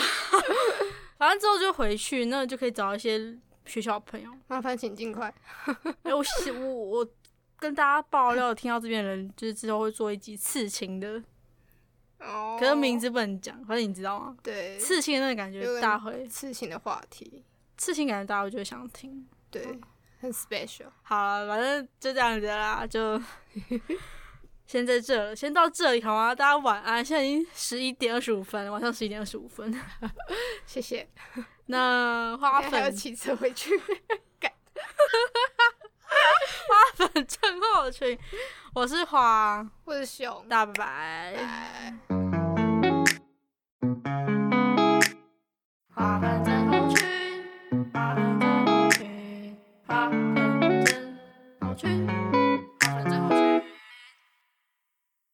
[SPEAKER 1] 反正之后就回去，那就可以找一些学校朋友。
[SPEAKER 2] 麻烦请尽快。
[SPEAKER 1] 哎、我希我我跟大家爆料，听到这边的人就是之后会做一集刺青的，
[SPEAKER 2] 哦，
[SPEAKER 1] 可是名字不能讲，反正你知道吗？
[SPEAKER 2] 对
[SPEAKER 1] 刺青的那个感
[SPEAKER 2] 有
[SPEAKER 1] 觉，
[SPEAKER 2] 人
[SPEAKER 1] 大家会
[SPEAKER 2] 刺青的话题，
[SPEAKER 1] 刺青感觉大家就会想听。
[SPEAKER 2] 对，很 special。
[SPEAKER 1] 好了，反正就这样子啦，就 先在这了，先到这里好吗？大家晚安，现在已经十一点二十五分了，晚上十一点二十五分。
[SPEAKER 2] 谢谢。
[SPEAKER 1] 那花
[SPEAKER 2] 还要
[SPEAKER 1] 粉
[SPEAKER 2] 骑车回 去。
[SPEAKER 1] 粉症候群，我是花。
[SPEAKER 2] 我是熊。
[SPEAKER 1] 大家拜拜。
[SPEAKER 2] 拜。
[SPEAKER 1] 花瓣症候群，花瓣症候群，花瓣症候群。